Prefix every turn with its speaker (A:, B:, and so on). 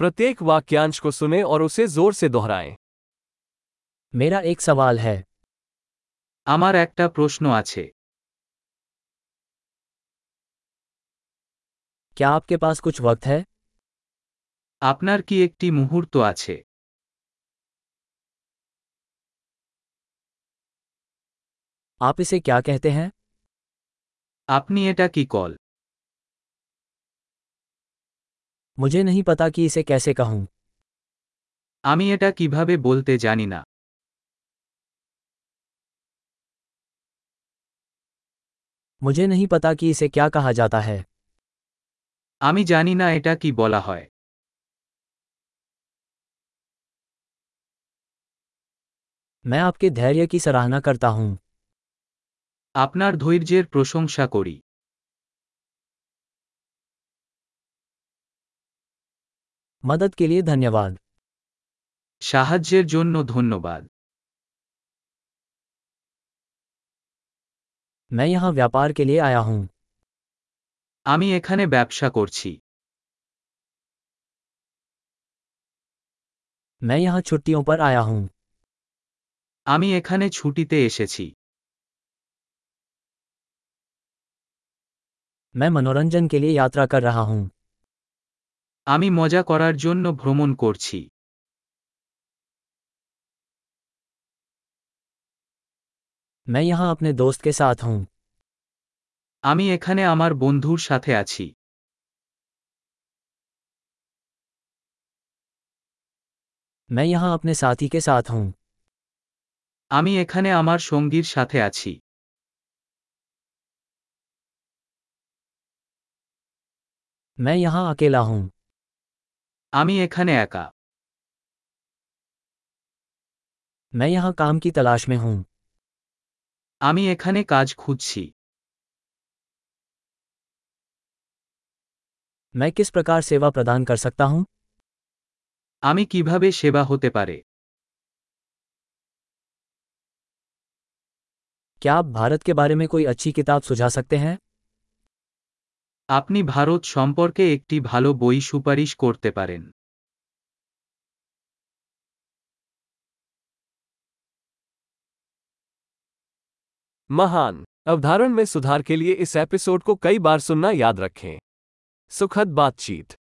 A: प्रत्येक वाक्यांश को सुने और उसे जोर से दोहराएं
B: मेरा एक सवाल है
C: আমার একটা প্রশ্ন আছে
B: क्या आपके पास कुछ वक्त है
C: আপনার কি একটি মুহূর্ত আছে
B: आप इसे क्या कहते हैं
C: আপনি এটা কি কল
B: मुझे नहीं पता कि इसे कैसे कहूँ
C: আমি এটা কিভাবে বলতে জানি না
B: मुझे नहीं पता कि इसे क्या कहा जाता है
C: আমি জানি না এটা কি বলা হয়
B: मैं आपके धैर्य की सराहना करता हूँ
C: আপনার ধৈর্যের প্রশংসা করি
B: मदद के लिए धन्यवाद
C: সাহায্যের জন্য ধন্যবাদ
B: मैं यहाँ व्यापार के लिए आया हूँ
C: আমি এখানে ব্যবসা করছি
B: मैं यहाँ छुट्टियों पर आया हूँ
C: আমি এখানে ছুটিতে এসেছি
B: मैं मनोरंजन के लिए यात्रा कर रहा हूँ
C: আমি মজা করার জন্য ভ্রমণ করছি
B: मैं यहाँ अपने दोस्त के साथ हूँ
C: আমি এখানে আমার বন্ধুর সাথে আছি
B: मैं यहाँ अपने साथी के साथ हूँ
C: আমি এখানে আমার সঙ্গীর সাথে আছি
B: मैं यहाँ अकेला हूँ
C: আমি এখানে একা
B: मैं यहाँ काम की तलाश में हूँ
C: আমি এখানে কাজ খুঁজছি
B: मैं किस प्रकार सेवा प्रदान कर सकता हूँ
C: আমি কিভাবে সেবা হতে পারে
B: क्या आप भारत के बारे में कोई अच्छी किताब सुझा सकते हैं
C: আপনি ভারত সম্পর্কে একটি ভালো বই সুপারিশ করতে পারেন
A: महान अवधारण में सुधार के लिए इस एपिसोड को कई बार सुनना याद रखें सुखद बातचीत